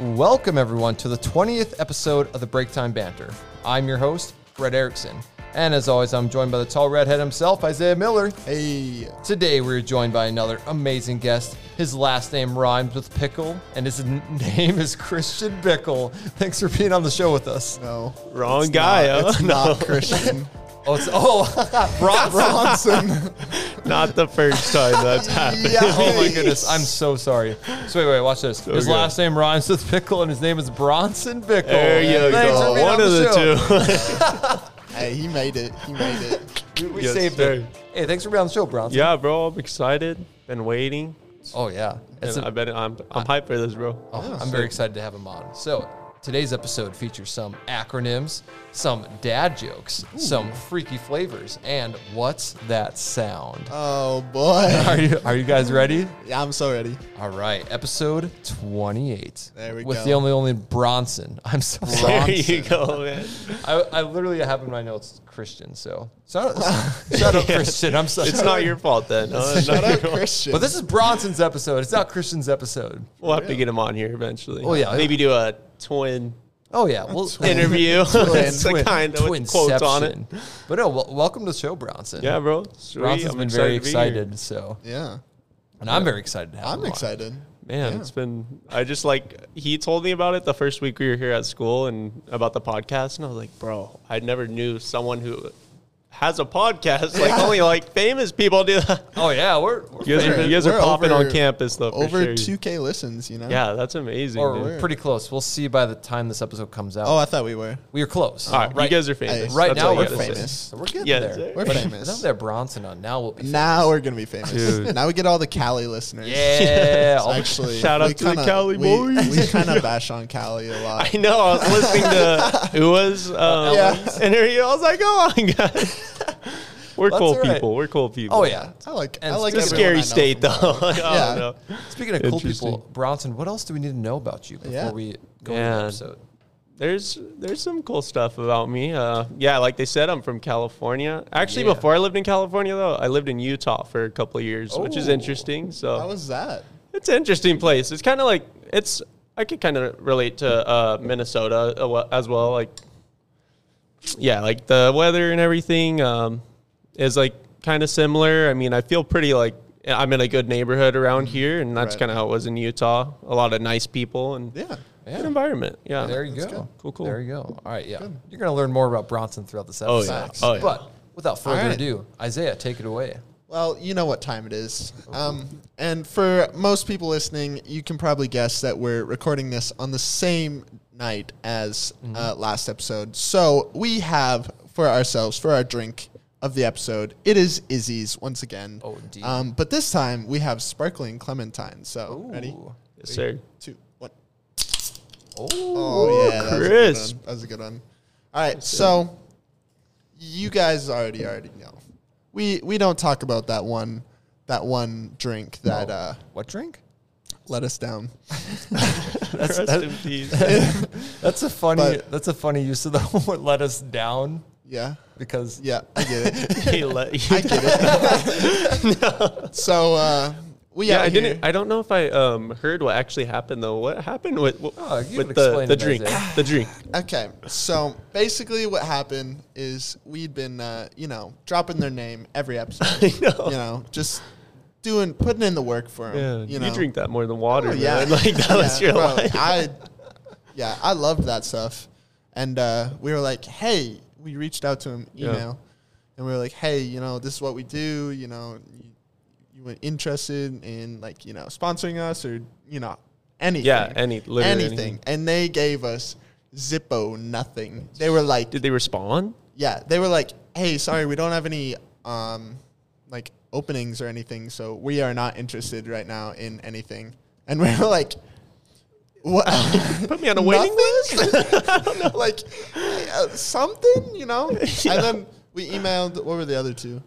welcome everyone to the 20th episode of the Break Time Banter. I'm your host, Brett Erickson. And as always, I'm joined by the tall redhead himself, Isaiah Miller. Hey, Today, we're joined by another amazing guest. His last name rhymes with pickle, and his n- name is Christian Bickle. Thanks for being on the show with us. no, Wrong guy, Not, huh? it's not Christian Oh, it's, oh Brock- Bronson. Not the first time that's happened. Yeah, oh my goodness. I'm so sorry. So wait, wait, watch this. his good. last name rhymes with pickle, and his name is Bronson Bickle. There you Thanks for go. being One on of the, show. hey, he made it. He made it. We, we Yes, saved sir. it. Hey, thanks for being on the show, two. Bronson. yeah, bro. I'm excited. Been waiting. Oh yeah. It's and a- I bet I'm I'm hyped for this, bro. oh, I'm very excited to have him on. So today's episode features some acronyms, some dad jokes, some freaky flavors, and what's that sound? Oh boy, Are you are you guys ready? yeah, I'm so ready. All right, episode 28. There we With go. the only only Bronson. I'm so sorry. There you go, man. I, I literally have in my notes Christian, so shout out, shout out Christian. I'm sorry. It's not your fault then. huh? It's Shout not your out fault. Christian. But this is Bronson's episode. It's not Christian's episode. We'll have to get him on here eventually. Oh, yeah. Maybe do a twin Oh yeah, we'll interview. It's the Twin- kind of with quotes on it. Twinception. But no, wel- welcome to the show, Bronson. Yeah, bro. Bronson's has been very excited. So, yeah, and I'm very excited to have him I'm on. excited. Man, it's been. I just like he told me about it the first week we were here at school and about the podcast, and I was like, bro, I never knew someone who has a podcast. Like only like famous people do that. Oh yeah, we're, we're You guys, are, very- you guys are We're popping over- on campus though. For Over sure. 2K listens, you know. Yeah, that's amazing. or dude. we're pretty close. We'll see by the time this episode comes out. Oh, I thought we were. we are close. All right, you guys are famous. Hey, right That's now all we're you gotta say. famous. So we're getting Yes, there. sir. We're But famous. Now that Bronson on, now we'll be. Now we're gonna be famous. Dude. Now we get all the Cali listeners. Yeah, all the- Actually, Shout out we to the kinda- Cali we, boys. We kind of bash on Cali a lot. I know. I was listening to Uwa's um, Yeah. interview. I was like, "Come on, guys, we're That's cool all right. people. We're cool people." Oh yeah. I like. And I like it's a everyone scary everyone I know. state though. I Yeah. don't know. Speaking of cool Interesting. people, Bronson, what else do we need to know about you before Yeah. we go into the Man. episode? There's there's some cool stuff about me. Uh, yeah, like they said, I'm from California. Actually, Yeah. before I lived in California though, I lived in Utah for a couple of years, which is Oh. interesting. So How was that? It's an interesting place. It's kind of like it's. I could kind of relate to uh, Minnesota a wa- as well. Like, yeah, like the weather and everything um, is like kind of similar. I mean, I feel pretty like I'm in a good neighborhood around here, and that's Right. kind of how it was in Utah. A lot of nice people and Yeah. good environment. Yeah, There you go. good. Cool, cool. There you go. All right, yeah. You're going to learn more about Bronson throughout this Oh, episode. yeah. Oh, yeah. But without further All right. ado, Isaiah, take it away. Well, you know what time it is. Um, and for most people listening, you can probably guess that we're recording this on the same night as Mm-hmm. uh, last episode. So we have for ourselves, for our drink of the episode, it is Izzy's once again. Oh, indeed. Um, but this time we have sparkling clementine. So, ready? Ooh. Yes, sir. Two, one. Oh, Oh yeah, that was a good crisp. one. That was a good one. All right, so you guys already already know. We we don't talk about that one that one drink that uh, what drink? let us down. Rest in peace. That's a funny. But- that's a funny use of the word "let us down" Yeah, because yeah, I get it. He let you I get it. So uh, we Yeah, out I here. didn't. I don't know if I um, heard what actually happened though. What happened with wh- Oh, you with would the, explain the it, drink? Isaiah. The drink. Okay, so basically what happened is we'd been uh, you know dropping their name every episode. I know. you know, just doing putting in the work for them. Yeah, you you, know, drink that more than water. Oh, yeah, like that was Yeah, your bro, life. I, yeah, I loved that stuff. And uh, we were like, hey, we reached out to him Yeah. email, and we were like, hey, you know, this is what we do. You know, you, you were interested in like you know sponsoring us or you know anything. Yeah, any- literally anything. anything. And they gave us Zippo nothing. They were like, Did they respond? yeah, they were like, "Hey, sorry, we don't have any um, like openings or anything, so we are not interested right now in anything." And we were like, "What? Put me on a waiting Nothing? I don't know, like uh, something, you know?" And then we emailed. What were the other two?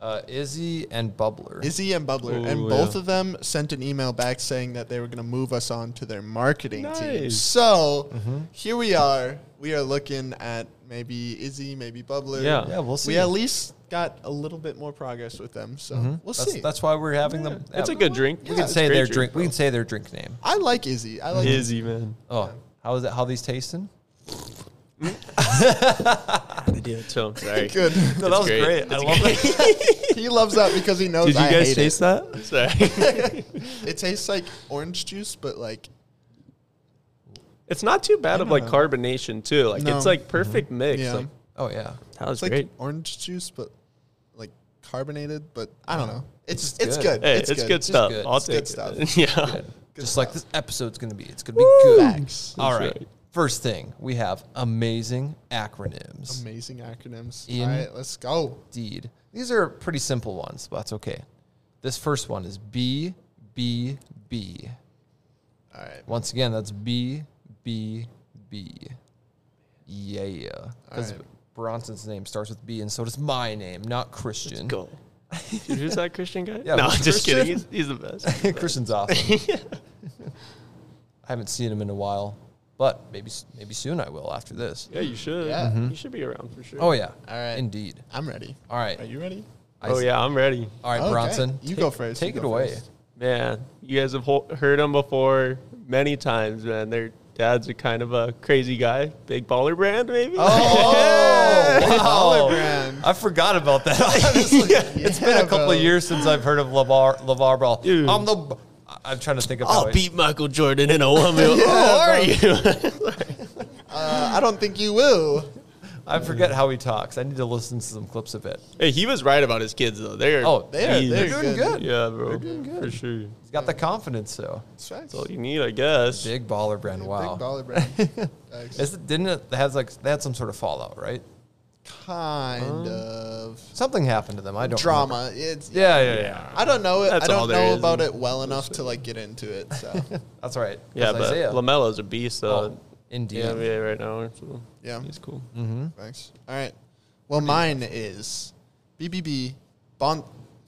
Uh, Izzy and Bubbler. Izzy and Bubbler, and Ooh, both yeah. of them sent an email back saying that they were going to move us on to their marketing team. Nice. So Mm-hmm. here we are. We are looking at maybe Izzy, maybe Bubbler. Yeah. yeah, we'll see. we at least got a little bit more progress with them. So Mm-hmm. we'll that's, see. that's why we're having them. It's a have- good drink. Yeah, We can it's say great their drink. bro. We can say their drink name. I like Izzy. I like Izzy, man. Oh, how is it? How these tasting? So sorry. Good. No, It's great. It's that. he loves that because he knows Did you I guys hate taste that? Sorry. it. It tastes like orange juice, but like it's not too bad of like know. carbonation too. Like No. it's like perfect mix. yeah, Like Oh yeah. that was it's like great. orange juice, but like carbonated. But I don't know. It's it's, good. good. Hey, it's, good, Just stuff. good. I'll It's take good it. yeah. Just like this episode's gonna be. It's gonna be good. Facts. All right. right. First thing we have amazing acronyms. Amazing acronyms. In- All right, let's go. Deed. These are pretty simple ones, but that's okay. This first one is B B B. All right. Once again, that's B B B. Yeah. Because Alright. Bronson's name starts with B, and so does my name, not Christian. Go. Dude, who's that Christian guy? Yeah, no, was I'm it just kidding. Christian? He's, he's the best. Christian's awesome. I haven't seen him in a while, but maybe maybe soon I will after this. Yeah, you should. Yeah. Mhm. You should be around for sure. Oh yeah. All right. Indeed. I'm ready. All right. Are you ready? I- Oh, yeah, I'm ready. All right, Okay. Bronson. You go first. Take You it go away. first. Man, you guys have ho- heard him before many times, man. Their dad's a kind of a crazy guy. Big baller brand, maybe? Oh, Hologram. I forgot about that. Honestly, it's been Yeah, a couple bro. of years since I've heard of LeVar, LeVar Ball. Dude. I'm the. b- I- I'm trying to think of. how I'll Oh, I- beat Michael Jordan in a woman. Who are you? Uh, I don't think you will. I forget how he talks. I need to listen to some clips of it. hey, he was right about his kids, though. They're, Oh, They're, he's- they're, they're doing good. Yeah, bro. doing good. For sure. He's got the confidence though. That's facts. That's all you need, I guess. Big baller brand. Big Wow. baller brand. Facts. Is it, didn't it has like they had some sort of fallout, right? kind Um, of Something happened to them. I don't remember. drama. It's Yeah, yeah, yeah. I don't know it. That's I don't all there know is about in- it well enough to like get into it. So That's all right. Yeah, That's but Isaiah. LaMelo's a beast, though. Oh, indeed. Yeah, yeah, right now. So Yeah. He's cool. thanks. All right. Well, mine is BBB Bon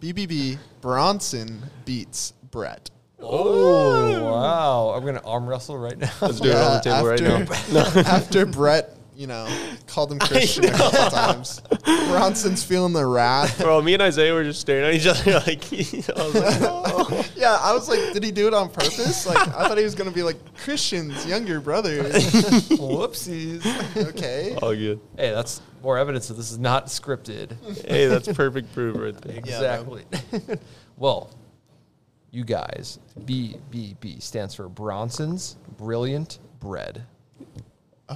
BBB Bronson beats Brett. Oh wow! I'm gonna arm wrestle right now. Let's do it on the table right now. Uh, after, right now. after Brett, you know, called him Christian a couple times. Bronson's feeling the wrath. Bro, me and Isaiah were just staring at each other like, I was like, oh. Yeah, I was like, did he do it on purpose? Like, I thought he was gonna be like Christian's younger brother. Whoopsies. Okay. all good. Hey, that's more evidence that this is not scripted. Hey, that's perfect proof right there. Yeah, Exactly. well, you guys, BBB stands for Bronson's Brilliant Bread.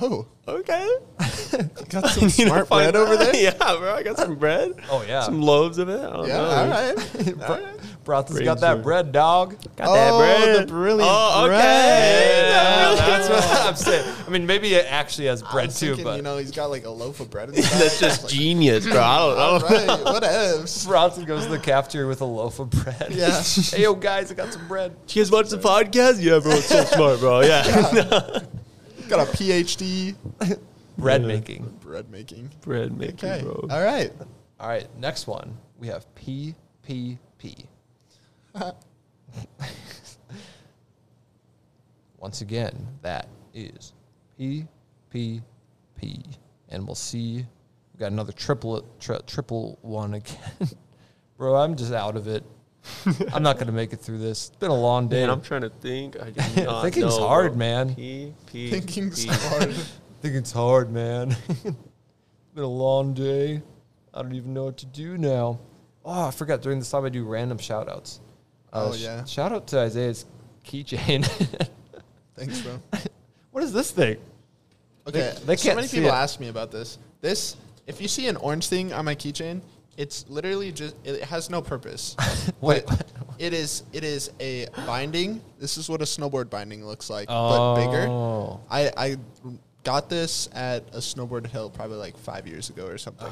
Oh, Okay. got some You know, smart find bread over that. there. Yeah, bro. I got some bread. Oh, yeah. Some loaves of it. I don't Yeah, know. all right. Bronson's got Brainstorm. that bread, dog. Got that Oh, bread. the brilliant Oh, okay. bread. Yeah, That brilliant that's what I'm saying. I mean, maybe it actually has I bread was too, thinking, but you know, he's got like a loaf of bread in his That's just genius, bro. I don't, I All don't right, whatevs. Bronson goes to the cafeteria with a loaf of bread. Yeah. hey, yo, guys, I got some bread. You guys watch the podcast? Yeah, bro. It's so smart, bro. Yeah. Got a PhD Bread Yeah. making. bread making. bread making, Okay. bro. All right. All right, next one. We have PPP. Once again, that is PPP. And we'll see. We got another triple, tri- triple one again. Bro, I'm just out of it. I'm not going to make it through this. It's been a long day. Man, I'm trying to think. I do not Thinking's know, hard, bro. man. P, P, Thinking's P. hard. I think it's hard, man. it's been a long day. I don't even know what to do now. Oh, I forgot during this time I do random shout outs. Oh, yeah. shout out to Isaiah's keychain. Thanks, bro. what is this thing? Okay. they so can't many see people it. ask me about this. This, if you see an orange thing on my keychain, it's literally just it has no purpose. Wait. But it is it is a binding. This is what a snowboard binding looks like, but bigger. Oh. I I got this at a snowboard hill probably like five years ago or something,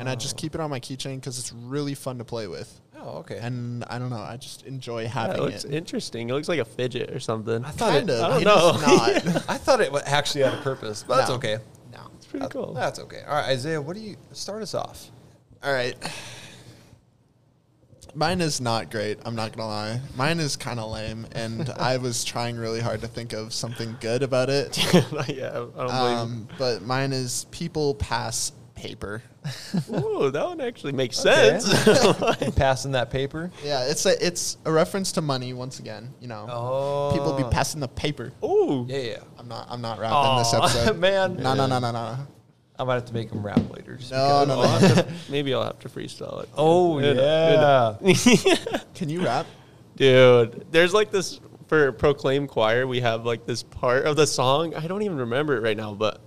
and I just keep it on my keychain because it's really fun to play with, Oh, okay. and I don't know, I just enjoy That having looks it. Oh, interesting. It looks like a fidget or something. I thought Kind it, of. I don't it does know. not. I thought it wa- actually had a purpose, but that's No. okay. no. It's pretty cool. That's okay. All right, Isaiah, what do you start us off? All right. Mine is not great. I'm not gonna lie. Mine is kind of lame, and I was trying really hard to think of something good about it. yeah, I don't blame Um, but mine is people pass paper. you. Ooh, that one actually makes Okay. sense. You passing that paper. Yeah, it's a it's a reference to money once again. You know, Oh. people be passing the paper. Ooh. Yeah, yeah. I'm not. I'm not rapping this Aw, episode. man. No, no, no, no, no, no. I might have to make him rap later. just Oh, No, because- no, I'll no. have to- maybe I'll have to freestyle it. Oh Good, yeah. good. Can you rap? Dude, there's like this for Proclaim Choir, we have like this part of the song. I don't even remember it right now, but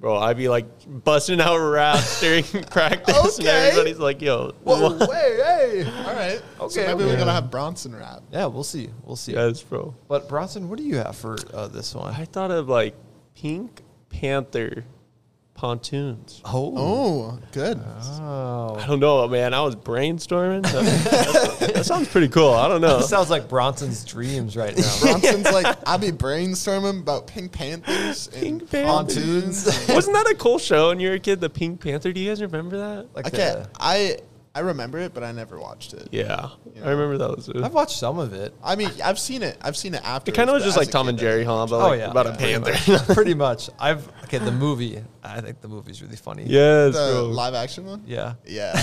bro, I'd be like busting out raps during practice and Okay. everybody's like, yo, Whoa, what? hey, hey. All right. So Okay, maybe okay. we're gonna have Bronson rap. Yeah, we'll see. We'll see. yes, bro. But Bronson, what do you have for uh, this one? I thought of like Pink Panther pontoons. Oh. Oh, good. I don't know, man. I was brainstorming. so- that sounds pretty cool. I don't know. This sounds like Bronson's dreams right now. Bronson's like, I be brainstorming about Pink Panthers and Pink Panthers. pontoons. Wasn't that a cool show when you were a kid? The Pink Panther. Do you guys remember that? Like okay, the- I I remember it, but I never watched it. yeah, Yeah. I remember that was. I've watched some of it. I mean, I've seen it. I've seen it after. It kind of was just like Tom and Jerry, huh? But Oh, like yeah. about a Yeah. panther. Pretty much. I've okay. The movie. I think the movie's really funny. yes, The bro. live action one. Yeah. Yeah.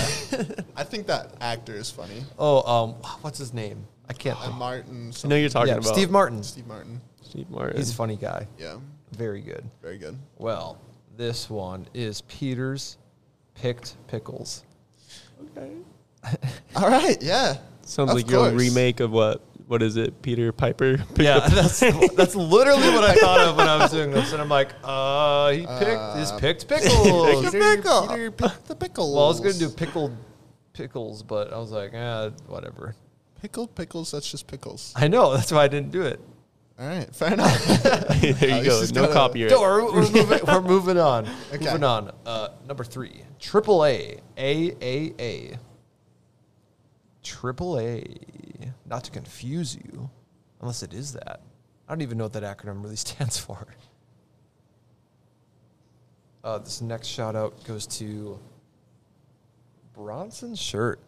I think that actor is funny. Oh, um, what's his name? I can't. And Martin. I know you're talking yeah, about Steve Martin. Steve Martin. Steve Martin. He's a funny guy. Yeah. Very good. Very good. Well, this one is Peter's picked pickles. okay. All right. Yeah. Sounds Of like your course. remake of what? What is it? Peter Piper. Yeah, that's that's literally what I thought of when I was doing this, and I'm like, uh, he picked he's Uh, picked pickles. Peter, pickle. Peter picked the pickles. well, I was gonna do pickled pickles, but I was like, eh, whatever. pickled pickles. That's just pickles. I know that's why I didn't do it. All right. Fair enough. Uh, there Oh, you this go. is No gonna- copyright. Don't worry, we're moving, we're moving on. Okay. Moving on. Uh, number three, triple A, A A A, triple A. Not to confuse you, unless it is that. I don't even know what that acronym really stands for. Uh, this next shout out goes to Bronson Shirt,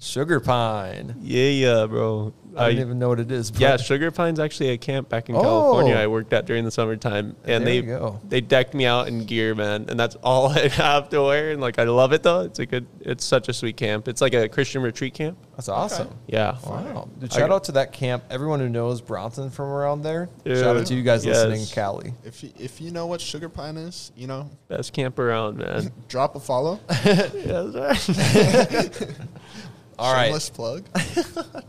Sugar Pine. Yeah, yeah, bro. I I- don't even know what it is. But yeah, Sugar Pine's actually a camp back in Oh. California. I worked at during the summertime, There and they you go. they decked me out in gear, man, and that's all I have to wear. And like, I love it though. It's a good. It's such a sweet camp. It's like a Christian retreat camp. that's awesome. Yeah. Wow. Dude, I- shout out to that camp. Everyone who knows Bronson from around there. Dude, shout out to you guys yes. listening in Cali. if you, if you know what sugar pine is, you know, Best camp around, man. drop a follow. yeah, that's right. All right. Shameless plug.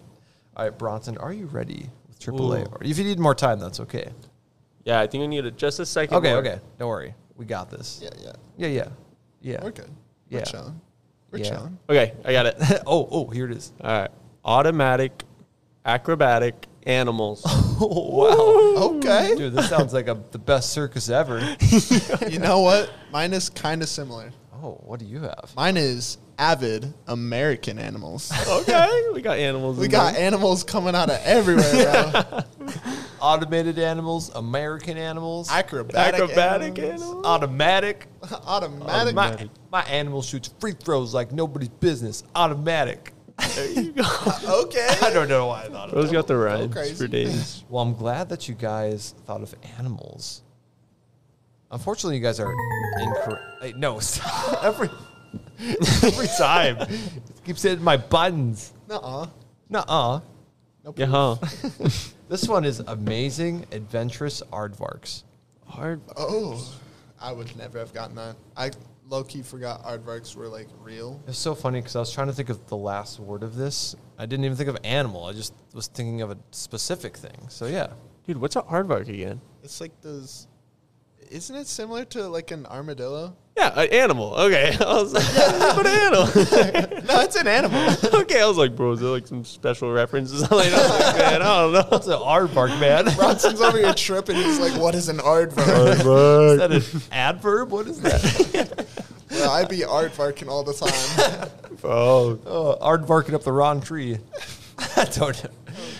All right, Bronson, are you ready with AAA? Or if you need more time, that's okay. Yeah, I think we need a, just a second. Okay, more. okay. Don't worry. We got this. Yeah, yeah. Yeah, yeah. Yeah. We're good. Yeah. We're chilling. We're Yeah. chilling. Okay, I got it. oh, oh, here it is. All right. Automatic, acrobatic animals. Oh, wow. Okay. Dude, this sounds like a, the best circus ever. you know what? Mine is kind of similar. Oh, what do you have? Mine is avid American animals. okay, we got animals. we in got there. animals coming out of everywhere, bro. Automated animals, American animals, Acrobatic, acrobatic animals. animals. automatic. Automatic. My, my animal shoots free throws like nobody's business. Automatic. There you go. Okay. I don't know why I thought of Bro's got the rhymes crazy. for days. Well, I'm glad that you guys thought of animals. Unfortunately, you guys are incorrect. No, stop. every every time, it keeps hitting my buttons. Nuh-uh. Nuh-uh. Yeah, huh? This one is amazing, adventurous aardvarks. Hard. Oh, I would never have gotten that. I low key forgot aardvarks were like real. It's so funny because I was trying to think of the last word of this. I didn't even think of animal. I just was thinking of a specific thing. So yeah, Dude, what's a aardvark again? It's like those. Isn't it similar to like an armadillo? Yeah, an animal. Okay. I was like, what an animal. no, it's an animal. okay, I was like, bro, is there like some special references? I was like, man, I don't know. what's an aardvark, man? is Bronson's over here tripping. He's like, "What is an aardvark?" Aardvark. that an adverb? What is that? Well, I be aardvarking all the time. Bro. Oh, aardvarking up the wrong tree. I don't know.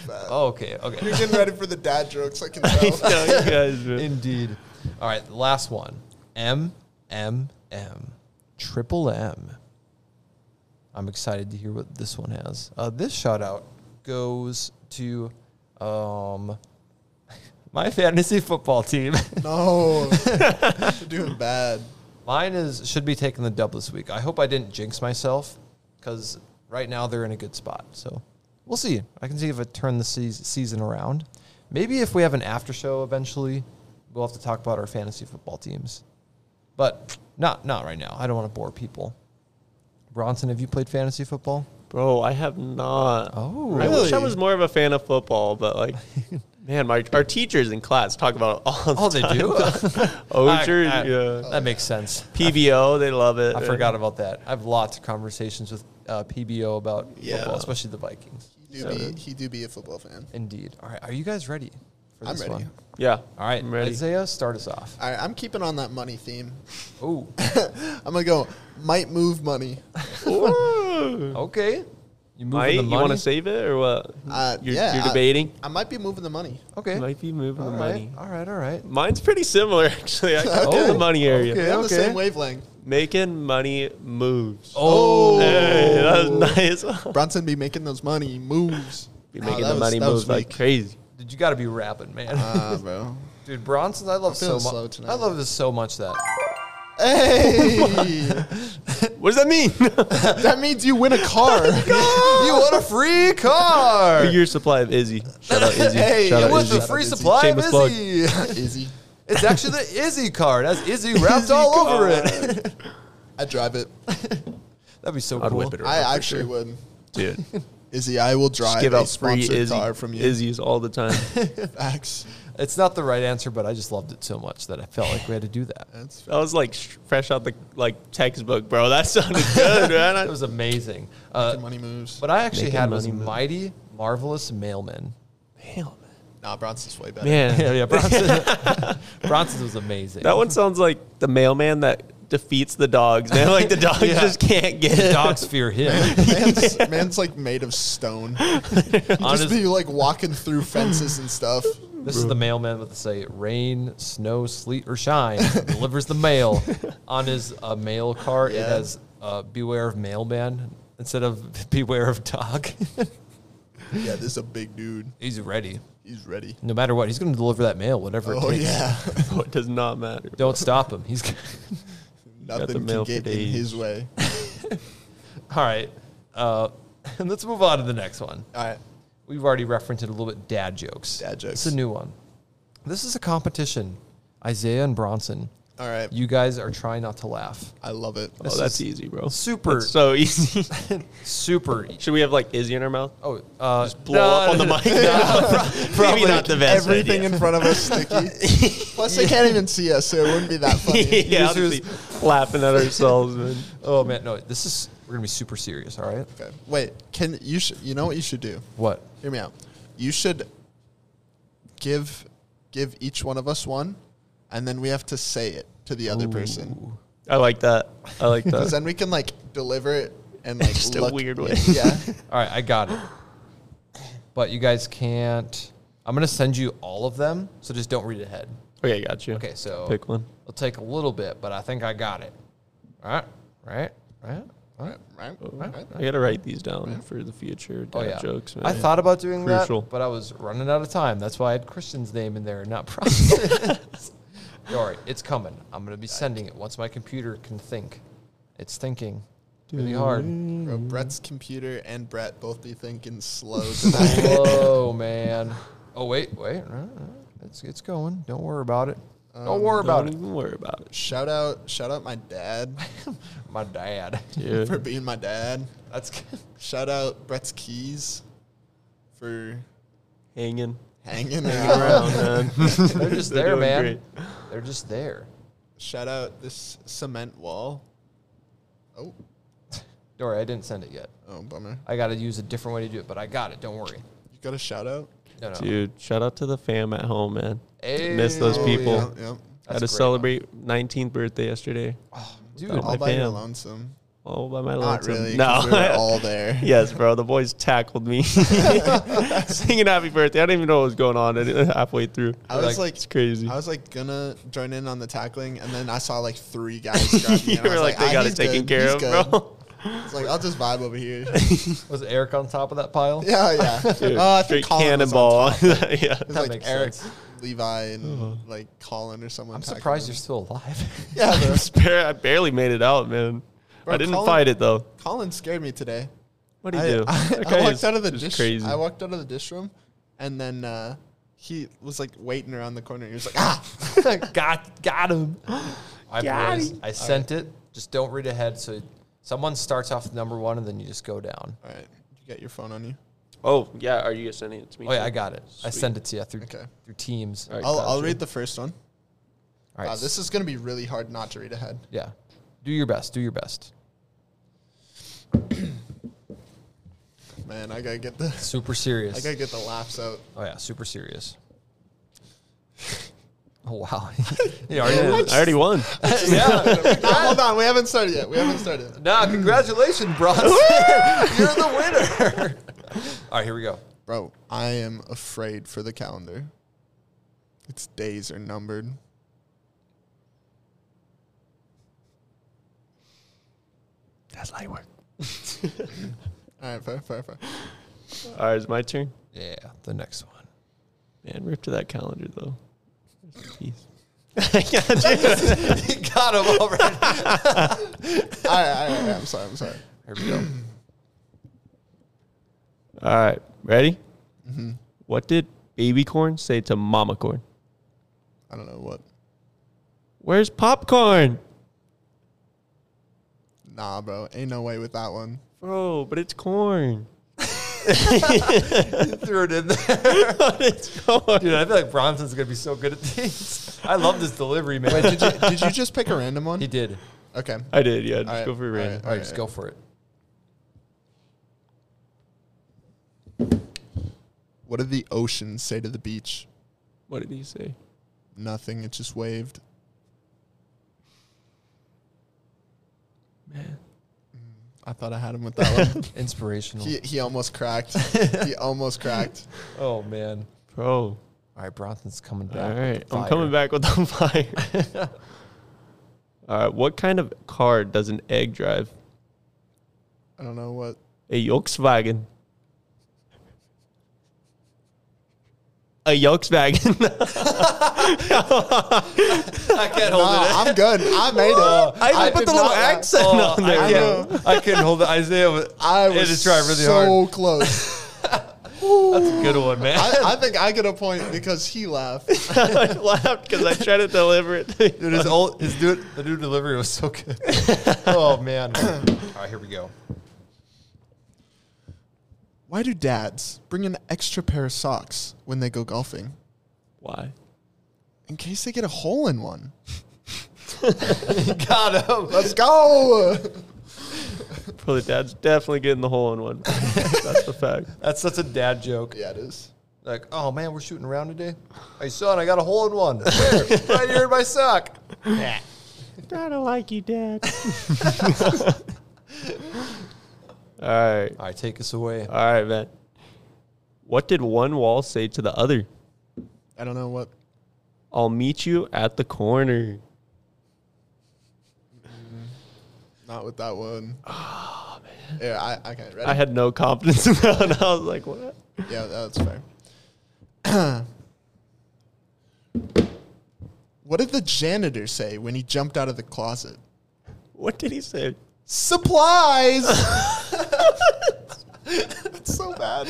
okay, okay. You're getting ready for the dad jokes. I can tell. No, you guys, man. Indeed. All right, the last one. M M M. Triple M. I'm excited to hear what this one has. Uh, this shout out goes to um, my fantasy football team. No, you're doing bad. Mine is should be taking the dub this week. I hope I didn't jinx myself because right now they're in a good spot. So we'll see. I can see if I turn the seas- season around. Maybe if we have an after show eventually, we'll have to talk about our fantasy football teams. But not not right now. I don't want to bore people. Bronson, have you played fantasy football? Bro, I have not. Oh. I wish I Really? was more of a fan of football, but like, man, my, our teachers in class talk about it all the Oh, they time. do. Oger, Oh, I- I- Oh, yeah. That makes sense. PBO, they love it. I forgot about that. I have lots of conversations with uh, PBO about Yeah. football, especially the Vikings. He do, be, he do be a football fan. Indeed. All right. Are you guys ready for I'm this ready. one? Yeah. All right, I'm ready. Isaiah, start us off. All right, I'm keeping on that money theme. Oh, I'm gonna go. Might move money. Ooh. okay. You Mike, moving the money? you want to save it or what? Uh, you're, yeah, you're I- debating. I might be moving the money. okay. Might be moving all the right. money. All right. All right. Mine's pretty similar actually. I got Okay. in the money area. Okay, We're on the okay. same wavelength. Making money moves. Oh, Hey, that was nice. Bronson be making those money moves. Be Nah, making that the was- money that was moves like weak. crazy. dude, you got to be rapping, man. Ah, bro. dude, Bronson, I love so feeling much. slow tonight. I love this so much that Hey, What does that mean? that means you win a car. you want a free car. Your supply of Izzy. Shout out Izzy. hey, Shout you out want Izzy. the Shout out free Izzy. supply of Shameless plug. Izzy. Easy. it's actually the Izzy card. That's Izzy wrapped all over it. I drive it. That'd be so I'd cool. whip it around I for actually sure. would. dude. Izzy, I will drive Just give a out free sponsored Izzy, car from you. Izzy's all the time. Facts. It's not the right answer, but I just loved it so much that I felt like we had to do that. That's that was like sh- fresh out the like textbook, bro. That sounded good, man. It I- was amazing. Uh, fucking money moves. What I actually Making had was money move. Mighty Marvelous Mailman. Hell, Nah, Bronson's way better. man. yeah, yeah. Bronson, Bronson's was amazing. That one sounds like the mailman that defeats the dogs, man. Like the dogs Yeah. just can't get it. Dogs fear him. Man's, man's like made of stone. He'd Honest- just be like walking through fences and stuff. This is the mailman with the say rain, snow, sleet, or shine delivers the mail. On his uh, mail cart, it Yeah. has uh, beware of mailman instead of beware of dog. Yeah, this is a big dude. he's ready. He's ready. No matter what, he's going to deliver that mail, whatever Oh it takes. yeah, Oh, it does not matter. Don't stop him. He's the nothing mail can for get in days. his way. all right. Uh, and let's move on to the next one. All right, we've already referenced it a little bit dad jokes. Dad jokes. It's a new one. This is a competition. Isaiah and Bronson, all right. you guys are trying not to laugh. I love it. Oh, that's easy, bro. super- That's so easy. Super. e- Should we have like Izzy in our mouth? Oh, uh, just Blow up on the mic. Probably not the best Everything idea. in front of us sticky. Plus, they can't even see us, so it wouldn't be that funny. yeah, Users- honestly, laughing at ourselves, man. Oh man, no. This is we're gonna be super serious. All right. okay. Wait, can you? Sh- you know what you should do? What? Hear me out. You should give give each one of us one, and then we have to say it to the other person. Ooh. I like that. I like Because that. then we can like deliver it and like Just a look- weird way. Yeah. All right, I got it. But you guys can't. I'm gonna send you all of them, so just don't read ahead. Okay, got you. Okay, so pick one. It'll take a little bit, but I think I got it. All right, right, right, right. right. Oh. right. I gotta write these down for the future. Dad jokes, man. Oh, I thought about doing Crucial. that, but I was running out of time. That's why I had Christian's name in there, not Protestant's. All right, it's coming. I'm gonna be sending it once my computer can think. It's thinking really hard. Mm. Bro, Brett's computer and Brett both be thinking slow tonight. Whoa, man. Oh wait, wait. Uh, uh, It's it's going. Don't worry about it. Don't worry about Don't it. even worry about it. shout out, shout out my dad My dad. Dude. for being my dad. That's good. Shout out Brett's keys for hanging hanging around, around. man. They're just there, They're doing man. great. They're just there. Shout out this cement wall. Oh, Don't worry, I didn't send it yet. oh, bummer. I got to use a different way to do it, but I got it. Don't worry. You got a shout out? No, no. Dude, shout out to the fam at home, man. Miss those Hey. people. Oh, Yeah, yeah. That's a Had to great one. celebrate 19th birthday yesterday. Dude, Oh, All my by your fam. lonesome. All by my Not lonesome. really. No. 'cause We were all there. yes, bro. The boys tackled me, singing "Happy Birthday." I didn't even know what was going on halfway through. I was like, it's crazy. I was like gonna join in on the tackling, and then I saw like three guys grab me. and you I were was like, they "Ah, got it he's taken good, care he's of, good." bro. It's like I'll just vibe over here. Was Eric on top of that pile? Yeah, yeah. Dude, Uh, I think straight Colin was on cannonball. top. yeah. It was That like makes Eric, sense. Levi, Uh-huh. and like Colin or someone. I'm tackled surprised him. you're still alive. Yeah, bro. It's bare- I barely made it out, man. Bro, I didn't Colin- fight it though. Colin scared me today. What do you I, do? I, That I guy walked is- out of the is dish. Crazy. I walked out of the dish room, and then uh, he was like waiting around the corner. He was like, ah, got got him. I Got boys, him. I sent it. Just don't read ahead. So someone starts off with number one, and then you just go down. all right. You got your phone on you. oh yeah, are you sending it to me? Oh yeah, too? I got it. I Sweet. sent it to you through Okay. through Teams. All right, I'll, I'll gotcha. read the first one. All right, Wow, this is gonna be really hard not to read ahead. yeah. Do your best. Do your best. Man, I gotta get the Super I serious. gotta get the laughs out. Oh yeah, super serious. oh wow. yeah, are Yeah, you- I already won. yeah. Hold on, we haven't started yet. We haven't started. Nah, congratulations, Bronson. You're the winner. All right, here we go. Bro, I am afraid for the calendar. Its days are numbered. That's light work. All right, fair, fair, fair. All right, it's my turn. Yeah, the next one. Man, rip to that calendar though. Rest in peace. he got him already. All right, all right, all right, I'm sorry, I'm sorry. Here we go. All right, ready? Mm-hmm. What did baby corn say to mama corn? I don't know what. Where's popcorn? Nah, bro, ain't no way with that one. Bro, but it's corn. Threw it in there. but it's corn. Dude, I feel like Bronson's gonna be so good at these. I love this delivery, man. Wait, did you did you just pick a random one? he did. Okay. I did, yeah. Just All right, go for all a random. All right, just go for it. What did the ocean say to the beach? What did he say? Nothing. It just waved. Man. Mm, I thought I had him with that one. Inspirational. he he almost cracked. he almost cracked. Oh man. Bro. All right, Bronson's coming back. All with right. the I'm fire. coming back with the fire. All right. What kind of car does an egg drive? I don't know what. A Volkswagen. A Volkswagen. I can't hold it. Nah, I'm good. I made it. I even put did the little not laugh. accent on there. I, can't, I couldn't hold it. Isaiah was, I had was to try really so hard. close. That's a good one, man. I, I think I get a point because he laughed. I laughed because I tried to deliver it. Dude, his old his dude the new delivery was so good. oh man. All right, here we go. Why do dads bring an extra pair of socks when they go golfing? Why? In case they get a hole in one. Got him. Let's go. Bro, the dad's definitely getting the hole in one. That's the fact. That's such a dad joke. yeah, it is. Like, oh man, we're shooting around today. Hey son, I got a hole in one. Where? right here in my sock. Nah. Gotta like you, dad. All right. All right, take us away. All right, man. What did one wall say to the other? I don't know what. I'll meet you at the corner. Not with that one. Oh, man. Yeah, I, I can't. Ready? Ah, I had no confidence in that. And I was like, what? yeah, that's fair. what did the janitor say when he jumped out of the closet? What did he say? Supplies! That's so bad.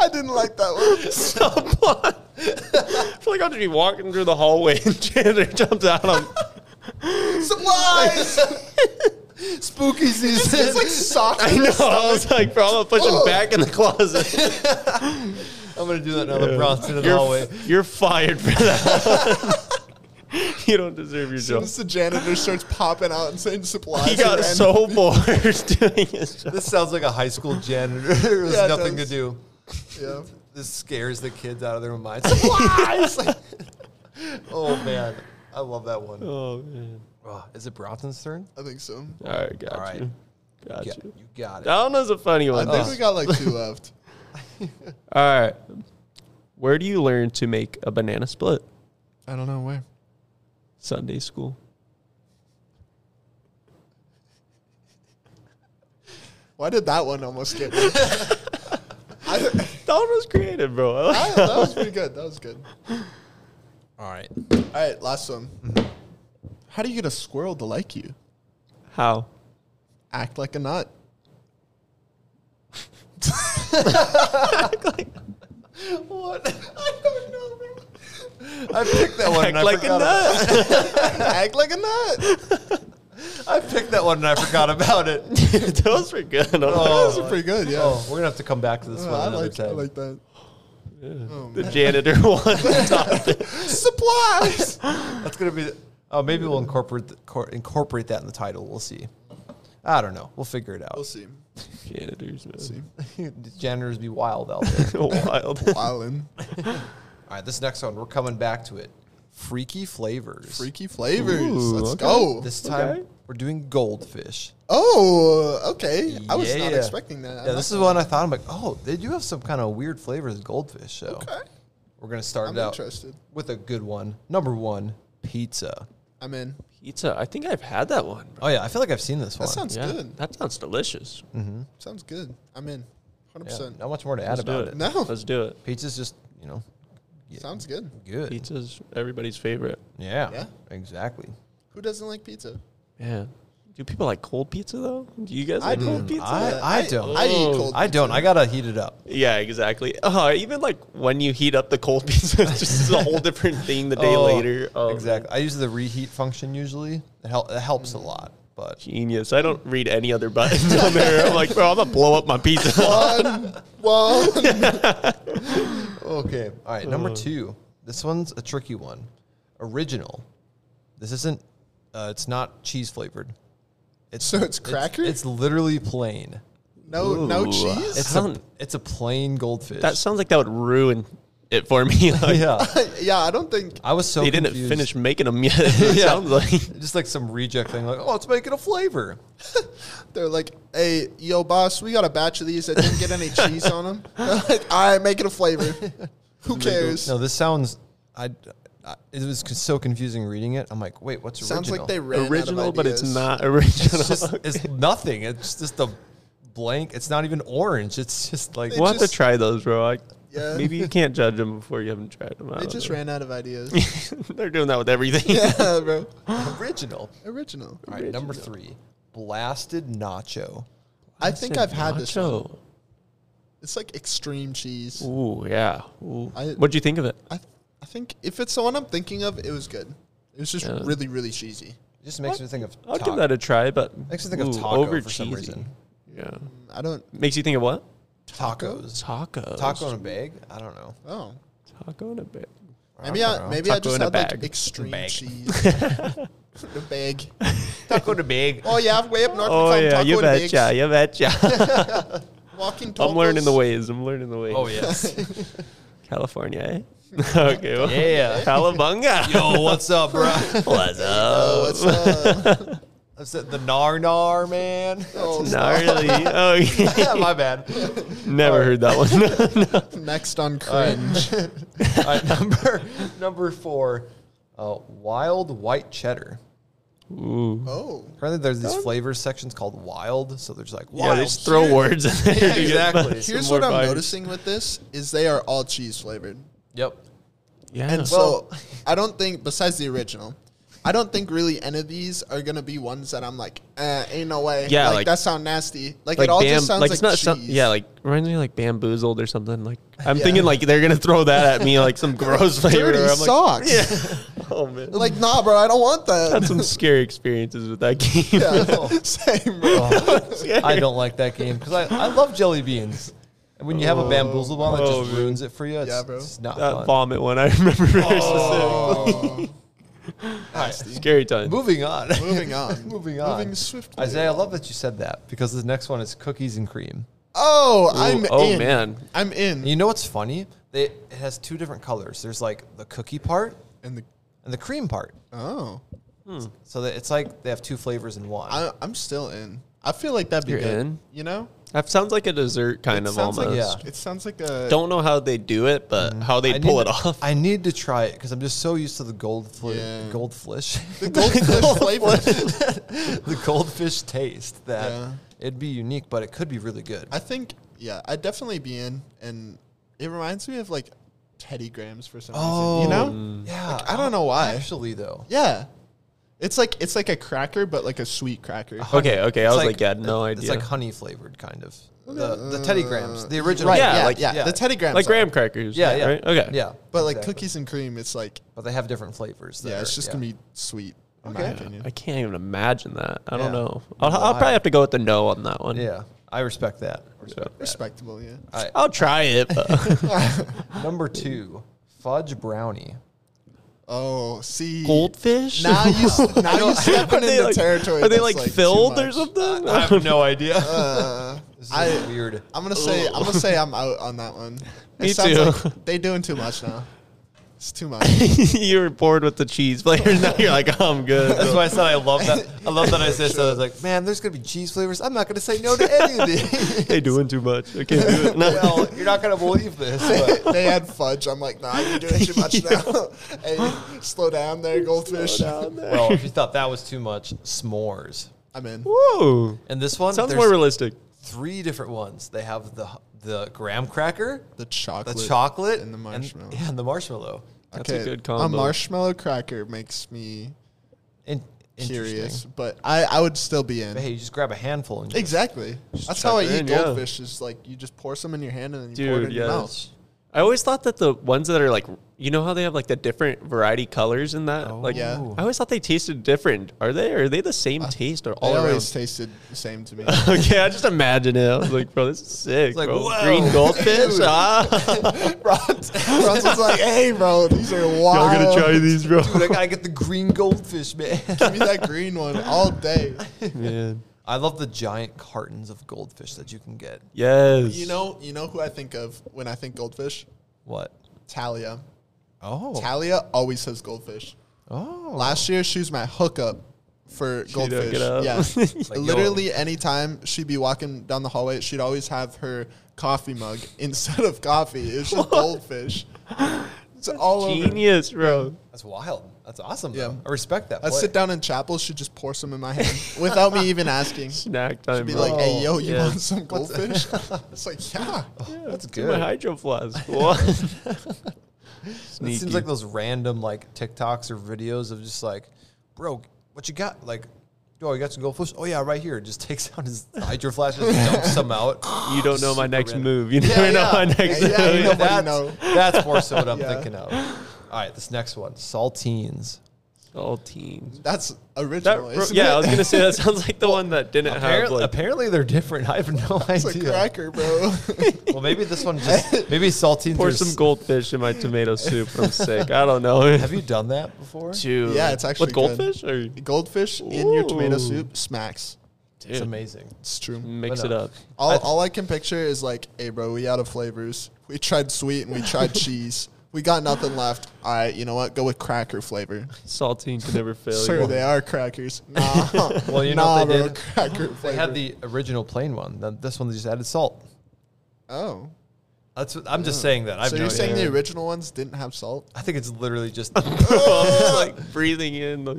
I didn't like that one. Someone. I feel like I'll just be walking through the hallway and janitor jumps out. I'm, Supplies! Spooky it's, season. it's like soccer. I know. I was like, bro, I'm gonna push him back in the closet. I'm gonna do that now to Bronson in the You're- hallway. You're fired for that. you don't deserve your As soon job. as the janitor starts popping out and saying supplies, He got again. so bored doing his job. This sounds like a high school janitor. There's Yeah, it nothing to does. do. Yeah. This scares the kids out of their minds. oh man, I love that one. Oh man. Uh, Oh, is it Bronson's turn? I think so. All right, got All right. you. Got Yeah, you. you got it. That one was a funny I one. think though. we got like two left. All right. Where do you learn to make a banana split? I don't know where. Sunday school. Why did that one almost get me? I, That one was creative, bro. I- that was pretty good. That was good. All right. Mm-hmm. All right, last one. How do you get a squirrel to like you? How? Act like a nut. what? I don't know. I picked that one. and I Act like a forgot about- nut. Act like a nut. I picked that one and I forgot about it. Those were good. Those are pretty good. Yeah. Oh, we're gonna have to come back to this Uh, one I another like. I time. like that. the janitor one. Supplies. That's gonna be. Oh, maybe we'll incorporate the, cor- incorporate that in the title. We'll see. I don't know. We'll figure it we'll out. see. Janitors, man. The janitors be wild out there. Wild. Wildin'. All right, this next one, we're coming back to it. Freaky flavors. Freaky flavors. Ooh, Let's okay. go. This time Okay. we're doing goldfish. oh, okay. I was not Yeah. expecting that. Yeah, this is one I thought. I'm like, oh, they do have some kind of weird flavors of goldfish. So Okay. we're gonna start I'm it out interested. with a good one. Number one, pizza. I'm in. Pizza. I think I've had that one. Bro. Oh yeah, I feel like I've seen this That one. sounds yeah, good. that sounds delicious. Sounds good. I'm in. 100%. Yeah, not much more to add Let's do about it. it. No. Let's do it. Pizza's just you know Yeah. Sounds good. good. Pizza's everybody's favorite. Yeah, Yeah. exactly. Who doesn't like pizza? Yeah. Do people like cold pizza though? Do you guys like do. cold pizza? I- don't. I eat Oh, cold I pizza. don't. I gotta heat it up. yeah, exactly. Uh, even like when you heat up the cold pizza, it's just a whole different thing the day Oh, later. Oh, man. exactly. I use the reheat function usually. It, hel- it helps a lot, but Genius. I don't read any other buttons on there. I'm like, bro, I'm gonna blow up my pizza. One. okay. All right, number two. This one's a tricky one. Original. This isn't. Uh, it's not cheese flavored. It's So it's cracker? It's, literally plain. No, no Ooh. cheese? It's a, Sound- it's a plain goldfish. that sounds like that would ruin it for me. Like, yeah. yeah, I don't think. I was so They didn't confused. finish making them yet. it Yeah. sounds like. Just like some reject thing, like oh, it's making a flavor. They're like, hey, yo, boss, we got a batch of these that didn't get any cheese on them. like, all right, make it a flavor. Who cares? No, this sounds. I, I it was c- so confusing reading it. I'm like, wait, what's original? Sounds like they ran out original, of but it's ideas. not original. It's just it's nothing. It's just a blank. It's not even orange. It's just like we'll have to just- try those, bro. I, Yeah. Maybe you can't judge them before you haven't tried them. They just ran out of ideas. They're doing that with everything. yeah, bro. original. Original. All right, number three, blasted nacho. I think I've had this one. Nacho. It's like extreme cheese. Ooh, yeah. Ooh. I- What'd you think of it? I, th- I think if it's the one I'm thinking of, it was good. It was just Yeah. really, really cheesy. It just makes me think of. I'll taco. give that a try, but Makes me think of ooh, taco over for some cheesy. reason. Yeah. I don't. Makes you think of what? tacos. Tacos. Taco in a bag. I don't know. Oh, Taco in a bit. maybe I, dunno. maybe I Taco just in a had like bag. extreme Bag. cheese. the bag. Taco in a bag. Oh yeah, way up north. we Oh call 'em yeah, taco you and bags. betcha, you betcha. Walking. I'm learning the tacos. ways. I'm learning the ways. Oh yes. California, eh? okay. Well, Yeah. Calabunga. Yo, what's up, bro? What's up? Oh, it's, uh, I said the nar nar man. oh, it's Gnarly. Oh, yeah. yeah, my bad. never heard that one. next on cringe. All right, number number four, uh, wild white cheddar. Ooh. Oh, Apparently, there's these flavor sections called wild, so there's like Yeah, wild. they just throw words in there. to get exactly. some here's more what I'm vibes. noticing with this is they are all cheese flavored. yep. Yeah. And so I don't think besides the original, I don't think really any of these are gonna be ones that I'm like, eh, ain't no way. Yeah, like, like- that sound nasty. Like, like it all bam, just sounds like like, it's not cheese. some, yeah, like reminds me of, like bamboozled or something. Like I'm Yeah. thinking like they're gonna throw that at me like some gross flavor. dirty I'm socks. Like, yeah. Oh man. Like nah, bro, I don't want that. Had some scary experiences with that game. yeah, same. Bro. Oh. I don't like that game because I, I love jelly beans. And when you have a bamboozle one that oh, just man. ruins it for you, it's, Yeah, bro. it's not That fun. vomit one I remember very Oh. specifically. Scary time. Moving on. Moving on. Moving on. Moving swiftly. Isaiah, I love that you said that because the next one is cookies and cream. Oh, I'm oh, in. man. I'm in. And you know what's funny? They, it has two different colors. There's like the cookie part and the and the cream part. oh, So that it's like they have two flavors in one. I, I'm still in. I feel like that'd be You're good. in? You know, That sounds like a dessert kind of sounds almost. like Mm-hmm. Yeah. it sounds like a Don't know how they do it, but how they I pull need it to- off. I need to try it because I'm just so used to the gold fl- Yeah. goldfish, goldfish flavor. the goldfish taste that Yeah. it'd be unique, but it could be really good. I think, yeah, I'd definitely be in. And it reminds me of like Teddy Grahams for some reason. You Oh. know? Mm. yeah. oh. I don't know why. Actually, though, Yeah. It's like it's like a cracker, but like a sweet cracker. Okay, okay. I It's was like, yeah, no it's idea. like honey flavored, kind of. The, the Teddy Grahams, the original. Right, Yeah, yeah, yeah, like- yeah. The Teddy Grahams. Like are- graham crackers. Yeah, yeah. Right? Okay. Yeah. But like exactly. cookies and cream, it's like, But they have different flavors. yeah, it's just going to be sweet, in my Okay. opinion. I can't even imagine that. I Yeah. don't know. I'll, Why? I'll probably have to go with the no on that one. Yeah, I respect that. Respect Respectable, yeah. that. I'll try it. but- Alright, Number two, fudge brownie. Oh, see. Goldfish? Now you s- now you stepping Are they, into like- territory. Are they that's, like, too filled or much. something? I have no idea. Uh, this is I weird. I'm gonna say I'm gonna say I'm out on that one. Me it sounds too. Like they doing too much now. It's too much. you were bored with the cheese flavors. Now you're like, I'm That's good. why I said I love that. I love that I said so. I was like, man, there's gonna be cheese flavors. I'm not gonna say no to any of these. they doing too much. I can't do it. No. well, you're not gonna believe this. But they had fudge. I'm like, nah, you're doing too much now. hey, slow down there, goldfish. well, if you thought that was too much, s'mores. I'm in. Whoa. And this one, Sounds there's more realistic. three different ones. They have the the graham cracker, The chocolate. the chocolate, and the marshmallow. yeah, and the marshmallow. That's a good combo. A marshmallow cracker makes me In- curious, interesting. but I, I would still be in. But hey, you just grab a handful and just, Exactly. That's how I chuck it eat in, yeah. goldfish. Is like you just pour some in your hand and then you pour it Dude, in yeah. your mouth. I always thought that the ones that are like, you know how they have like the different variety colors in that? like, Oh. yeah. I always thought they tasted different. Are they? Are they the same taste or all All they around? always tasted the same to me. okay, I just imagine it. I was like, bro, this is sick. like, bro. whoa. Green goldfish? Dude. ah. Bron's, Bron's was like, "Hey, bro, these are Y'all wild. gotta try these, bro. Dude, I gotta get the green goldfish, man. Give me that green one all day." Man. I love the giant cartons of goldfish that you can get. Yes. You know, you know who I think of when I think goldfish? What? Talia. Oh, Talia always says goldfish. oh, Last year, she was my hookup for don't goldfish. get up. Yeah, Like, literally anytime she'd be walking down the hallway, she'd always have her coffee mug instead of coffee. It's just goldfish. It's all over. genius, bro. that's wild. That's awesome. Yeah. Though. I respect that. I'd play. sit down in chapel. She'd just pour some in my hand without me even asking. Snack time, Be bro. like, hey, yo, you Yeah. want some goldfish? it's like, yeah. That's Do My good. hydro flask. What? It Sneaky. seems like those random like TikToks or videos of just like, bro, what you got? Like, oh, you got some goldfish? Oh yeah, right here. Just takes out his hydro flask and dumps some out. you don't know my Super next random. move. You Yeah, never know yeah. my next Yeah, yeah, move. you know. that's, know. that's more so what I'm Yeah. thinking of. All right, this next one, saltines. All teams. That's That, original. ro- isn't yeah, I it? was gonna say that sounds like the one that didn't have Apparently, like apparently they're different. I have no it's a idea. cracker, bro. Well, maybe this one just maybe saltines. pour are some s- goldfish in my tomato soup. I'm sick. I don't know. Have you done that before? Dude. Yeah, it's actually with good. goldfish or goldfish in your tomato Ooh. soup smacks. It's amazing. It's true. mix But it no. up. All, all I can picture is like, hey, bro, we out of flavors. We tried sweet and we tried cheese. We got nothing left. All right, you know what? Go with cracker flavor. Saltine can never fail. Sir, you. they are crackers. Nah, Well, you know nah, what they bro, did? cracker flavor. They had the original plain one. Th- This one they just added salt. oh, That's what, I'm just saying that. I've so no you're saying idea. the original ones didn't have salt? I think it's literally just I'm just like breathing in. Like,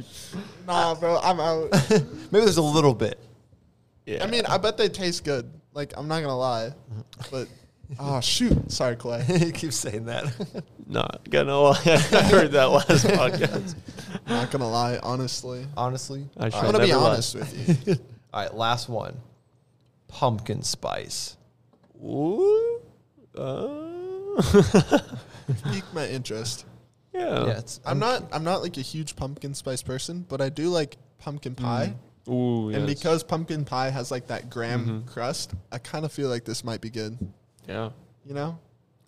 Nah, bro, I'm out. maybe there's a little bit. yeah. I mean, I bet they taste good. Like, I'm not gonna lie, but oh shoot, sorry, Clay. you keep saying that. not gonna lie. I heard that last podcast. not gonna lie, honestly. Honestly, I All shall I'm right. gonna be never lie. honest with you. all right, last one. Pumpkin spice. Ooh. Uh, Piqued my interest. yeah. Yeah, it's, I'm not. I'm not like a huge pumpkin spice person, but I do like pumpkin Mm. pie. Ooh, And yes. because pumpkin pie has like that graham Mm-hmm. crust, I kind of feel like this might be good. yeah, You know?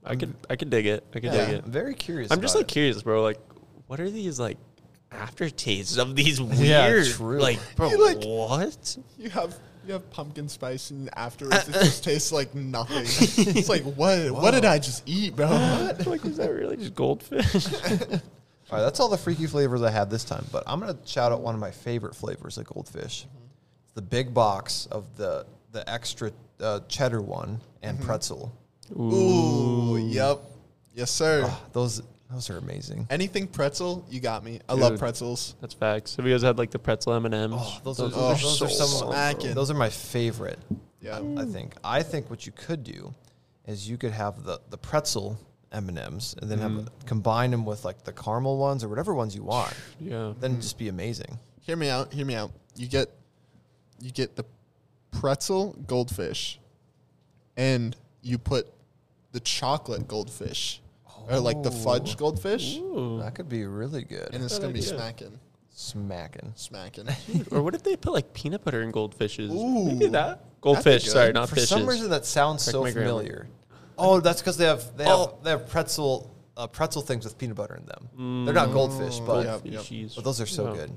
I could I could dig it. I could Yeah. dig it. I'm very curious. I'm just about like curious, bro. Like, what are these like aftertastes of these weird? Yeah, true. Like, bro, You, like- what? You have you have pumpkin spice, and afterwards it just tastes like nothing. it's like what? What did I just eat, bro? like, is that really just goldfish? it. All right, that's all the freaky flavors I had this time. But I'm gonna shout out one of my favorite flavors of goldfish. It's the big box of the the extra uh, cheddar Mm-hmm. one and pretzel. Ooh, yep. Yes, sir. Ah. Those Those are amazing. Anything pretzel, you got me. I love Dude. pretzels. That's facts. Have you guys had like the pretzel M and M's? Oh, those, are, are those, so are some smacking. Those are my favorite. Yeah. I, I think. I think what you could do is you could have the the pretzel M and M's and then have combine them with like the caramel ones or whatever ones you want. Yeah. Then just be amazing. Hear me out. Hear me out. You get, you get the pretzel goldfish, and you put the chocolate goldfish, or like the fudge goldfish, Oh. Ooh. That could be really good. and it's Good gonna be idea. smacking, Smacking. smacking. Or what if they put like peanut butter in goldfishes? Ooh. They do that. Goldfish, good. sorry, not For fishes. some reason, that sounds so my grammar. familiar. Oh, that's because they have they have Oh. they have pretzel uh, pretzel things with peanut butter in them. They're not goldfish, but, yeah. Fishies. oh, but those are so Yeah. good.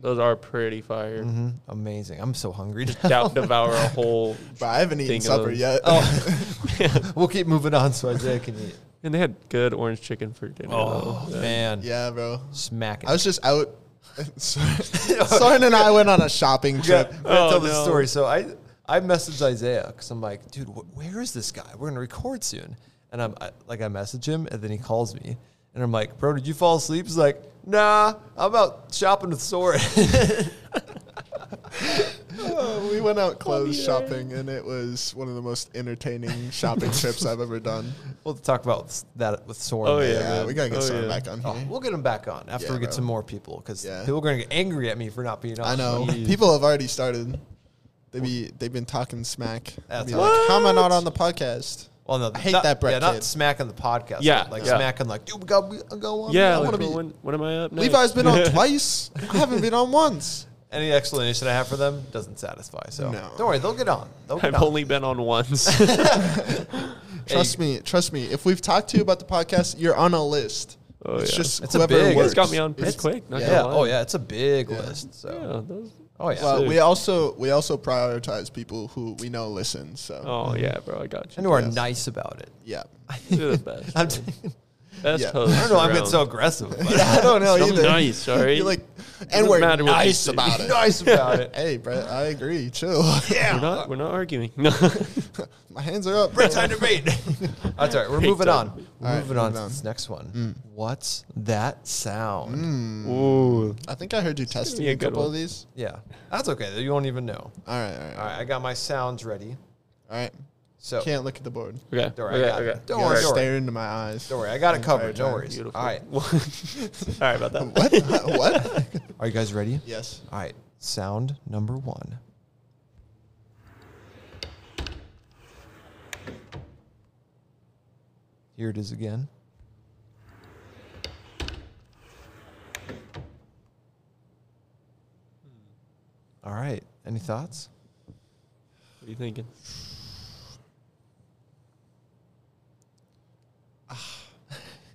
Those are pretty fire. Mm, amazing. I'm so hungry. now. Doubt devour a whole. but I haven't eaten Think of supper those. Oh. yet. Oh. we'll keep moving on so Isaiah can eat. And they had good orange chicken for dinner. Oh though. man, yeah, bro. smacking. I was just out. Soren and I went on a shopping Yeah, trip. I'm gonna Oh, tell the no. story. So I I messaged Isaiah because I'm like, dude, wh- where is this guy? We're gonna record soon, and I'm I, like, I message him, and then he calls me, and I'm like, bro, did you fall asleep? He's like, nah, I'm out shopping with Soren. Oh, we went out clothes shopping, and it was one of the most entertaining shopping trips I've ever done. we'll talk about s- that with Soren. Oh, later. Yeah, Yeah, man. we gotta get Oh, Soren yeah. back on here. We'll get him back on after Yeah, we get bro. some more people because Yeah. people are gonna get angry at me for not being on. I know Jeez. people have already started. They be they've been talking smack. They'll That's be like, awesome. How am I not on the podcast? Well, no, I hate that Brett Yeah, not kid. smacking the podcast. Yeah, but, like yeah. smacking like, dude, we got we go on. Yeah, I like, wanna be- well, when, when am I up? next? Levi's been on twice. I haven't been on once. any explanation I have for them doesn't satisfy. So No. don't worry, they'll get on. They'll get I've on. only been on once. Trust me, trust me. If we've talked to you about the podcast, you're on a list. Oh, it's yeah. just It's a whoever big- you guys works. got me on pretty It's- quick. Not Yeah. gonna lie. Oh yeah, it's a big Yeah. list. So. Yeah, those- Oh yeah. Well, Sick. we also we also prioritize people who we know listen. So Oh yeah, bro, I got and you. who are yes. nice about it. yeah, You're the best. I'm bro. t- best yeah. host. I don't know. I'm around. getting so aggressive. But I don't know So either. nice, sorry. You're like, and we're matter what you nice say. about it. nice about it. Hey, Brett, I agree. Chill. We're not. We're not arguing. Mm. No. My hands are up. Break time to rate. That's all right. We're moving time. on. We're All right, moving on moving to on. Mm. this next one. What's that sound? Ooh. I think I heard you testing be a a good couple of one. these. Yeah, that's okay. though. You won't even know. All right, all right, All right, I got my sounds ready. all right. So Can't look at the board. Okay. don't worry. I okay. got it. okay. Don't You worry. gotta Don't worry. Stare into my eyes. Don't worry. I got it covered. Entire time. No worries. Beautiful. All right. All right about that. What? what? Are you guys ready? Yes. All right. Sound number one. Here it is again. Hmm. All right. Any thoughts? What are you thinking?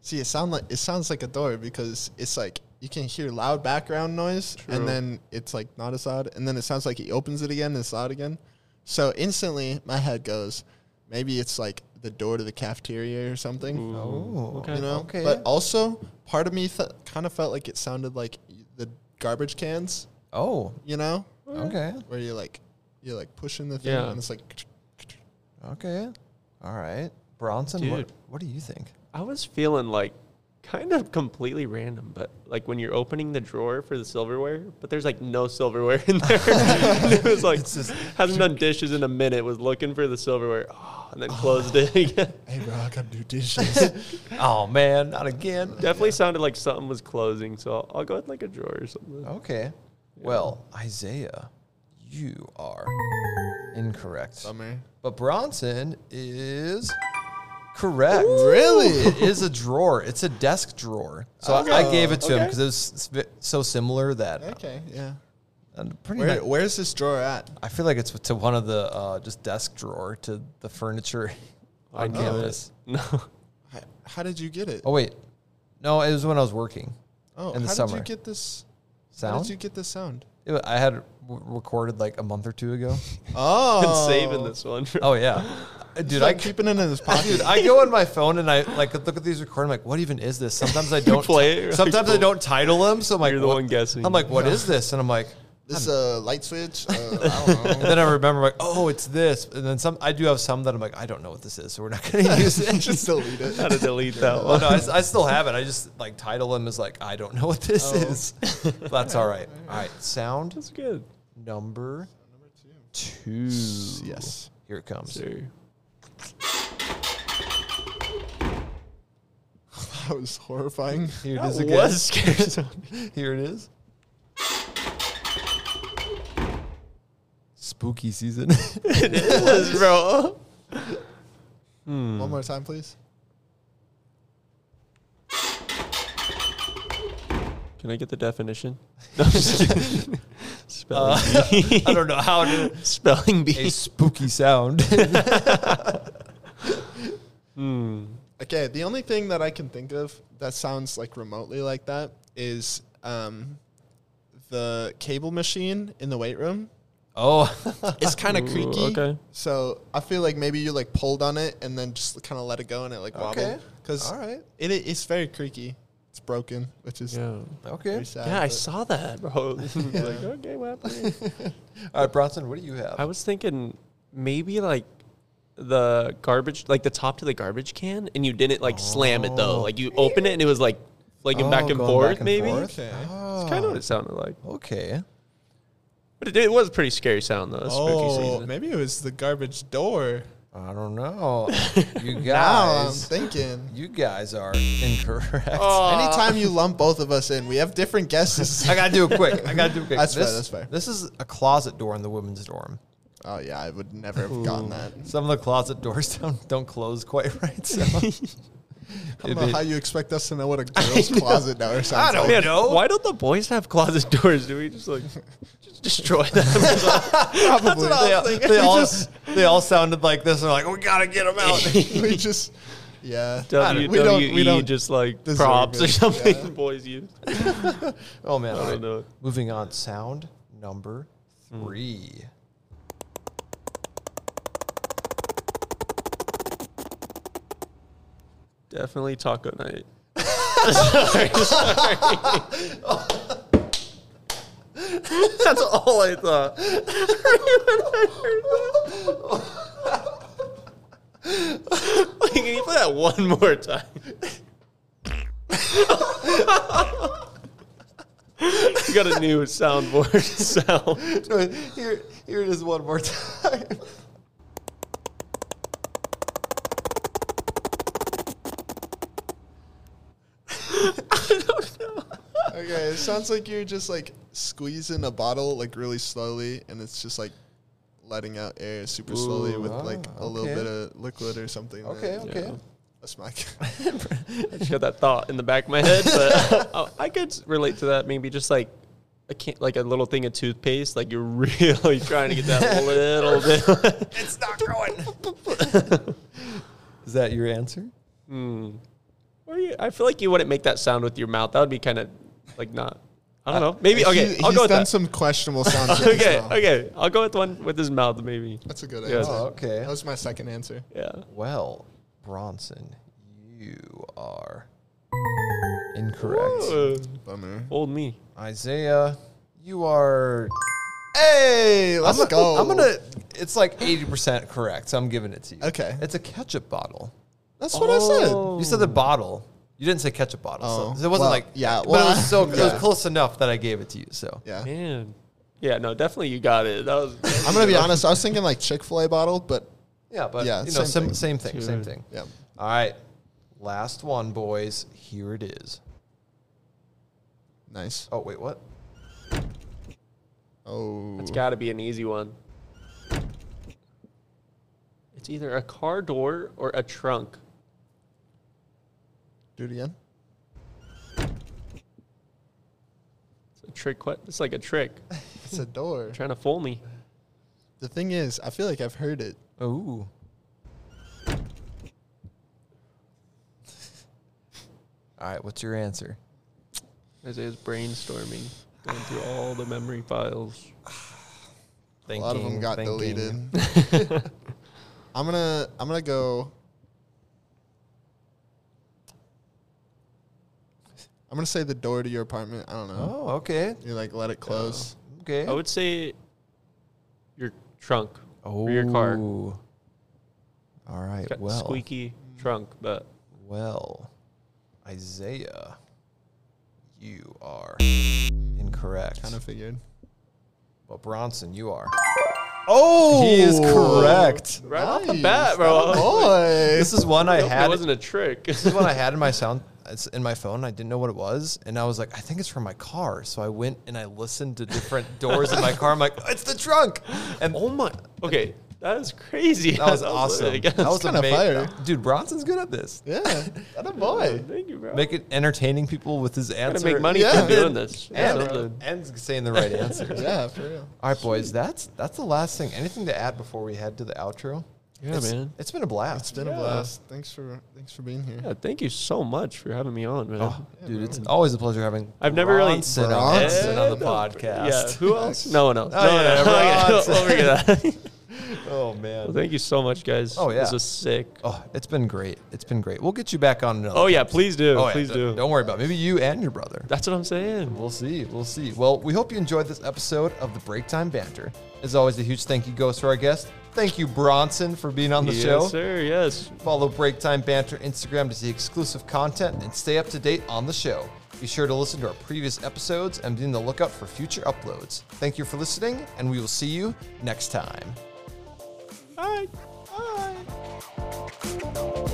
See, it sound like it sounds like a door because it's like you can hear loud background noise, True. and then it's like not as loud, and then it sounds like he opens it again, and it's loud again. So instantly, my head goes, maybe it's like the door to the cafeteria or something. Ooh. Oh, Okay. you know. Okay. But also, part of me th- kind of felt like it sounded like y- the garbage cans, Oh, you know, okay. where you're like, you're like pushing the thing, Yeah. and it's like, Okay. All right. Bronson, what, Dude. what do you think? I was feeling like kind of completely random, but like when you're opening the drawer for the silverware, but there's like no silverware in there. And it was like hasn't done dishes in a minute. Was looking for the silverware, oh, and then closed it again. hey bro, I gotta do dishes. Oh, man. Not again. Definitely sounded like something was closing, so I'll, I'll go with like a drawer or something. Okay. Well, Isaiah, you are incorrect. Bummer. But Bronson is correct. Really? It is a drawer. It's a desk drawer. So I- I, Okay. gave it to him Okay. because it was s- vi- so similar that Okay, yeah. I'm pretty Where, much- where's this drawer at? I feel like it's to one of the uh, just desk drawer to the furniture Oh, on know it. campus. No, H- How did you get it? Oh wait, no, it was when I was working. Oh, in the how summer. did you get this? How Sound? did you get this sound? It wa- I had it w- recorded like a month or two ago. been Oh, saving this one. oh yeah, dude, Dude, I I'm keeping it in his pocket. Dude, I go on my phone and I like look at these recording. like, what even is this? Sometimes I don't play it, you're like, Sometimes I "Cool." don't title them. So I'm like, You're the what- one guessing. I'm like, what is this? And I'm like, This is a light switch. Uh, I don't know. And then I remember like, oh, it's this. And then some. I do have some that I'm like, I don't know what this is, so we're not going to use it. Just delete it. How to delete that Oh one? no, I, s- I still have it. I just like title them as like I don't know what this Oh. is. But That's all right. All right, sound That's good. number two. Yes. Here it comes. Sir. That was horrifying. Here it That is again. was scary. Zone. Here it is. Spooky season. It is, bro. Hmm. One more time, please. Can I get the definition? No, I'm just kidding. Spelling bee. I don't know how to. Spelling A bee. spooky sound. Hmm. Okay, the only thing that I can think of that sounds like remotely like that is um, the cable machine in the weight room. oh, It's kind of Ooh, creaky. okay. So I feel like maybe you like pulled on it and then just kind of let it go and it like Okay, wobbled. Because all right. it, it's very creaky. It's broken, which is Yeah. okay. very sad. Yeah, I but- saw that, bro. It's like, okay, what happened? All right, Bronson, what do you have? I was thinking maybe like the garbage, like the top to the garbage can, and you didn't like slam it though. Oh. Like you open it and it was like flicking back Oh, and going forth, back and maybe. forth? Okay. That's kind of Oh. what it sounded like. Oh, Okay. But it, it was a pretty scary sound though. Spooky Oh, season. maybe it was the garbage door. I don't know. You Now I'm guys, thinking. you guys are incorrect. Anytime you lump both of us in, we have different guesses. Oh, I gotta do it quick. I gotta do it quick. That's fair, this, that's fair. This is a closet door in the women's dorm. oh yeah, I would never have gotten that. Some of the closet doors don't don't close quite right. So I don't know how you expect us to know what a girl's closet door sounds I don't like. Man, know. why don't the boys have closet doors? Do we just like just destroy them? Probably. they, all- they we, all just, they all sounded like this. They're like, we gotta get them out. we just, yeah. WWE we don't, we don't, E just like deserve props or it, something. yeah. Boys use. oh man, I all don't right. know. Moving on. Sound number three. Definitely taco night. sorry, sorry. That's all I thought. Like, Can you play that one more time? you got a new soundboard sound. No, here, here it is one more time. Okay, it sounds like you're just like squeezing a bottle like really slowly, and it's just like letting out air super slowly Ooh, with ah, like a little okay. bit of liquid or something. in it. Okay, okay. Yeah. A smack. I just got that thought in the back of my head, but I- I could relate to that. Maybe just like a can, like a little thing of toothpaste. Like you're really trying to get that little bit. It's not going. Is that your answer? Or you, I feel like you wouldn't make that sound with your mouth. That would be kind of like not. I don't know. Maybe okay. He, I'll he's go with done that. some questionable sounds. with his okay, mouth. okay. I'll go with one with his mouth. Maybe. That's a good Yeah. answer. Oh, okay. That was my second answer. Yeah. Well, Bronson, you are incorrect. Uh, Bummer. old me. Isaiah, you are. Hey, let's I'm go. gonna, I'm gonna. It's like 80% correct, so I'm giving it to you. Okay. It's a ketchup bottle. That's what I said. Oh. You said the bottle. You didn't say ketchup bottle. Oh, so it wasn't well, like. yeah, but it well, was so I- it was yeah. close enough that I gave it to you. So Yeah. Man. Yeah. No. Definitely, you got it. That was. I'm gonna be honest. I was thinking like Chick Fil A bottle, but yeah, but Yeah, you know, same same thing. same thing, same Dude. thing. yeah. All right, last one, boys. Here it is. Nice. Oh wait, what? Oh. It's got to be an easy one. It's either a car door or a trunk. Do it again. It's a trick. que- It's like a trick. It's a door. Trying to fool me. The thing is, I feel like I've heard it. Ooh. All right, what's your answer? Isaiah's brainstorming, going through all the memory files. Thinking, a lot of them got thinking. deleted. I'm gonna. I'm gonna go. I'm gonna say the door to your apartment. I don't know. Oh, okay. You like let it close. Okay. I would say your trunk or your Oh, car. Ooh. All right. Got Oh, well, squeaky trunk, but well, Isaiah, you are incorrect. Kind of figured. But Bronson, you are. Oh, He is correct. right off the bat, bro. Boy, This is one I Nope, that had. wasn't a trick. This is one I had in my sound it's in my phone. I didn't know what it was, and I was like, I think it's from my car. So I went and I listened to different doors in my car. I'm like, it's the trunk. And oh my, okay, that is crazy. that was awesome. sick. That was kinda amazing, fire. dude. Bronson's good at this. yeah, that a boy. Thank you, bro. Make it entertaining people with his Gotta answer. make money Yeah. from doing this. and, Absolutely. and saying the right answer. Yeah, for real. All right, boys. That's that's the last thing. Anything to add before we head to the outro? Yeah, It's- man. It's been a blast. It's been a Yeah. blast. Thanks for thanks for being here. Yeah, thank you so much for having me on, man. Oh, dude, it's always a pleasure having I've never really- Bronson on, Bronson. on the Yeah, podcast. who else? No one else. Oh, no, yeah, no. Okay, Bronx. we'll figure that out. Oh Well, man. thank you so much, guys. Oh, yeah. This was sick. Oh, it's been great. It's been great. We'll get you back on another. Oh, yeah, please do. Oh, yeah, please d- do. Don't worry about it. maybe you and your brother. That's what I'm saying. We'll see. We'll see. Well, we hope you enjoyed this episode of the Break Time Banter. As always, a huge thank you goes to our guest. Thank you, Bronson, for being on the yes, show. sir. Yes. Follow Break Time Banter Instagram to see exclusive content and stay up to date on the show. Be sure to listen to our previous episodes and be on the lookout for future uploads. Thank you for listening, and we will see you next time. All right. All right.